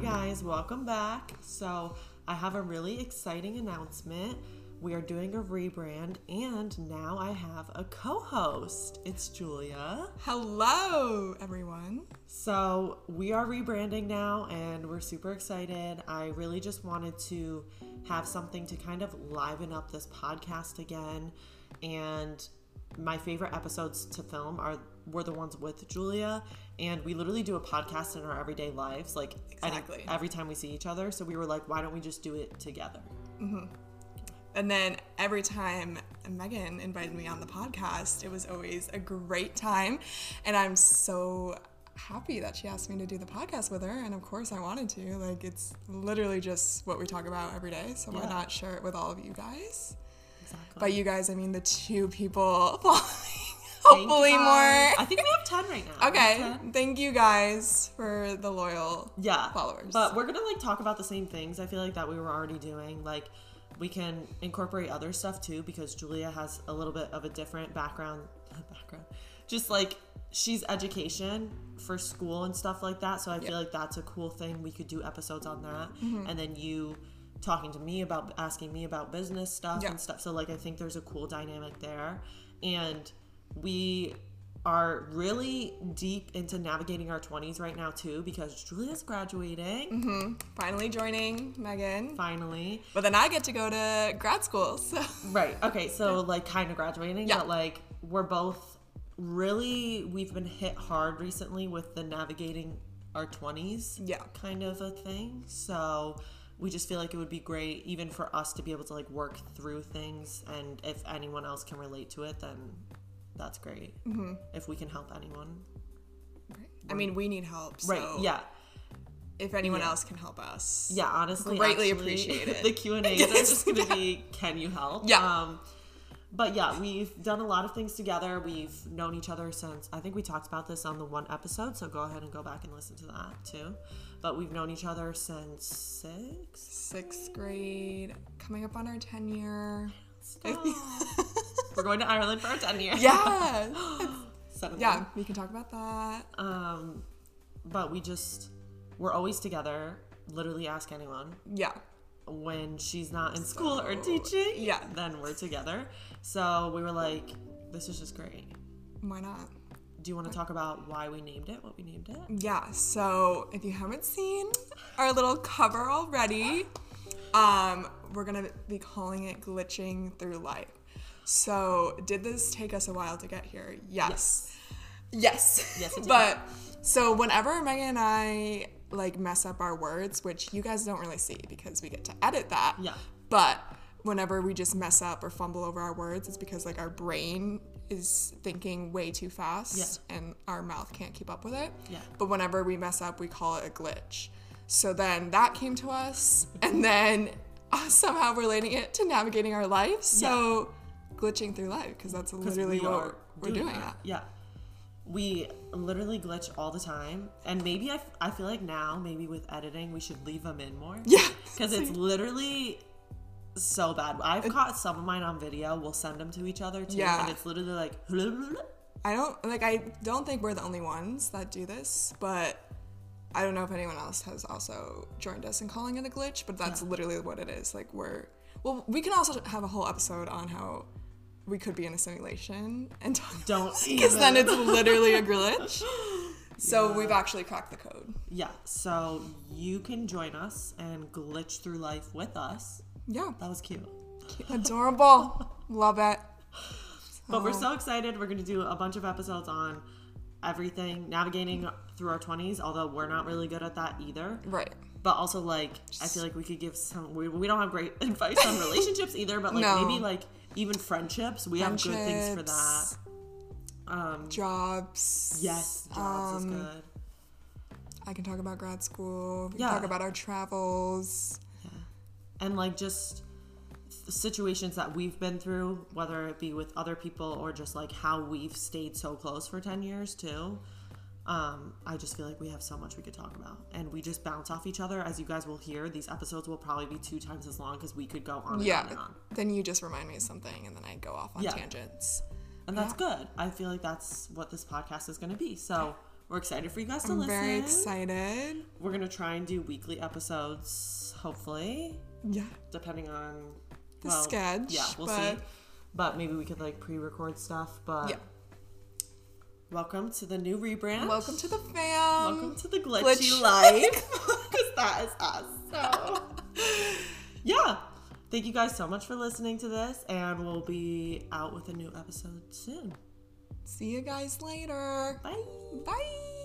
guys, welcome back. So, I have a really exciting announcement. We are doing a rebrand, and now I have a co host. It's Julia. Hello, everyone. So, we are rebranding now, and we're super excited. I really just wanted to have something to kind of liven up this podcast again. And my favorite episodes to film are were the ones with Julia, and we literally do a podcast in our everyday lives, like any- Exactly. every time we see each other. So we were like, why don't we just do it together? And then every time Megan invited me on the podcast, it was always a great time. And I'm so happy that she asked me to do the podcast with her. And of course, I wanted to. Like, it's literally just what we talk about every day. So why Yeah. not share it with all of you guys? Exactly. By you guys, I mean the two people following. Hopefully, more. I think we have ten right now. Okay. 10? Thank you guys for the loyal Yeah. followers. But we're gonna like talk about the same things. I feel like that we were already doing. Like we can incorporate other stuff too because Julia has a little bit of a different background. Background, just like she's education for school and stuff like that. So I feel like that's a cool thing. We could do episodes on that, and then you talking to me about asking me about business stuff Yeah. and stuff. So like I think there's a cool dynamic there, and we are really deep into navigating our 20s right now too because Julia's graduating finally joining Megan. finally. But then I get to go to grad school. So Right. Okay, so like kind of graduating, Yeah. but like we're both really we've been hit hard recently with the navigating our 20s Yeah. kind of a thing. So we just feel like it would be great even for us to be able to like work through things and if anyone else can relate to it then that's great. Mm-hmm. If we can help anyone. I mean, we need help. So Right. yeah. If anyone Yeah. else can help us. Yeah, honestly, actually, Greatly appreciate it. The Q and A's are just going to be, "Can you help?" Yeah. Um, but yeah, we've done a lot of things together. We've known each other since I think we talked about this on the one episode. So go ahead and go back and listen to that too. But we've known each other since six. Sixth grade, coming up on our 10 year. Stop. We're going to Ireland for our ten year. Yeah. Seven. yeah, we can talk about that. Um, but we just we're always together. Literally, ask anyone. Yeah. when she's not in school or So, teaching, yeah. then we're together. So we were like, this is just great. Why not? Do you want to talk about why we named it, what we named it? Yeah, so if you haven't seen our little cover already, um, we're gonna be calling it Glitching Through Life. So, did this take us a while to get here? Yes. Yes. Yes, it did. but so whenever Megan and I like mess up our words, which you guys don't really see because we get to edit that. Yeah. But whenever we just mess up or fumble over our words, it's because like our brain is thinking way too fast and our mouth can't keep up with it. Yeah. But whenever we mess up, we call it a glitch. So then that came to us, and then uh, somehow relating it to navigating our life. So glitching through life, because that's literally we what are we're doing. that. Yeah. We literally glitch all the time. And maybe I, f- I feel like now, maybe with editing, we should leave them in more. Yeah. Because it's literally so bad. I've caught some of mine on video. We'll send them to each other too. Yeah. And it's literally like, I don't like. I don't think we're the only ones that do this, but I don't know if anyone else has also joined us in calling it a glitch. But that's literally what it is. Like we're well, we can also have a whole episode on how we could be in a simulation and talk don't. because then even. it's literally a glitch. So we've actually cracked the code. Yeah, so you can join us and glitch through life with us. Yeah, That was cute. adorable. Love it. But Oh. we're so excited. We're going to do a bunch of episodes on everything, navigating through our 20s, although we're not really good at that either. Right. But also, like, I feel like we could give some, we, we don't have great advice on relationships either, but like No. maybe like even friendships. We have good things for that. Um, Jobs. yes, jobs Um, is good. I can talk about grad school. We Yeah. can talk about our travels. and like just th- situations that we've been through whether it be with other people or just like how we've stayed so close for 10 years too um, i just feel like we have so much we could talk about and we just bounce off each other as you guys will hear these episodes will probably be two times as long because we could go on and Yeah. on and on Then you just remind me of something, and then I go off on Oh Yeah. tangents. and that's good i feel like that's what this podcast is going to be so We're excited for you guys to I'm listen. very excited. We're gonna try and do weekly episodes, hopefully, Yeah. depending on The sketch, Yeah, we'll but- see. But maybe we could like pre-record stuff. But Yeah. welcome to the new rebrand. Welcome to the fam. Welcome to the glitchy glitch. life. 'Cause that is us. So, yeah. Thank you guys so much for listening to this, and we'll be out with a new episode soon. See you guys later. Bye. Bye.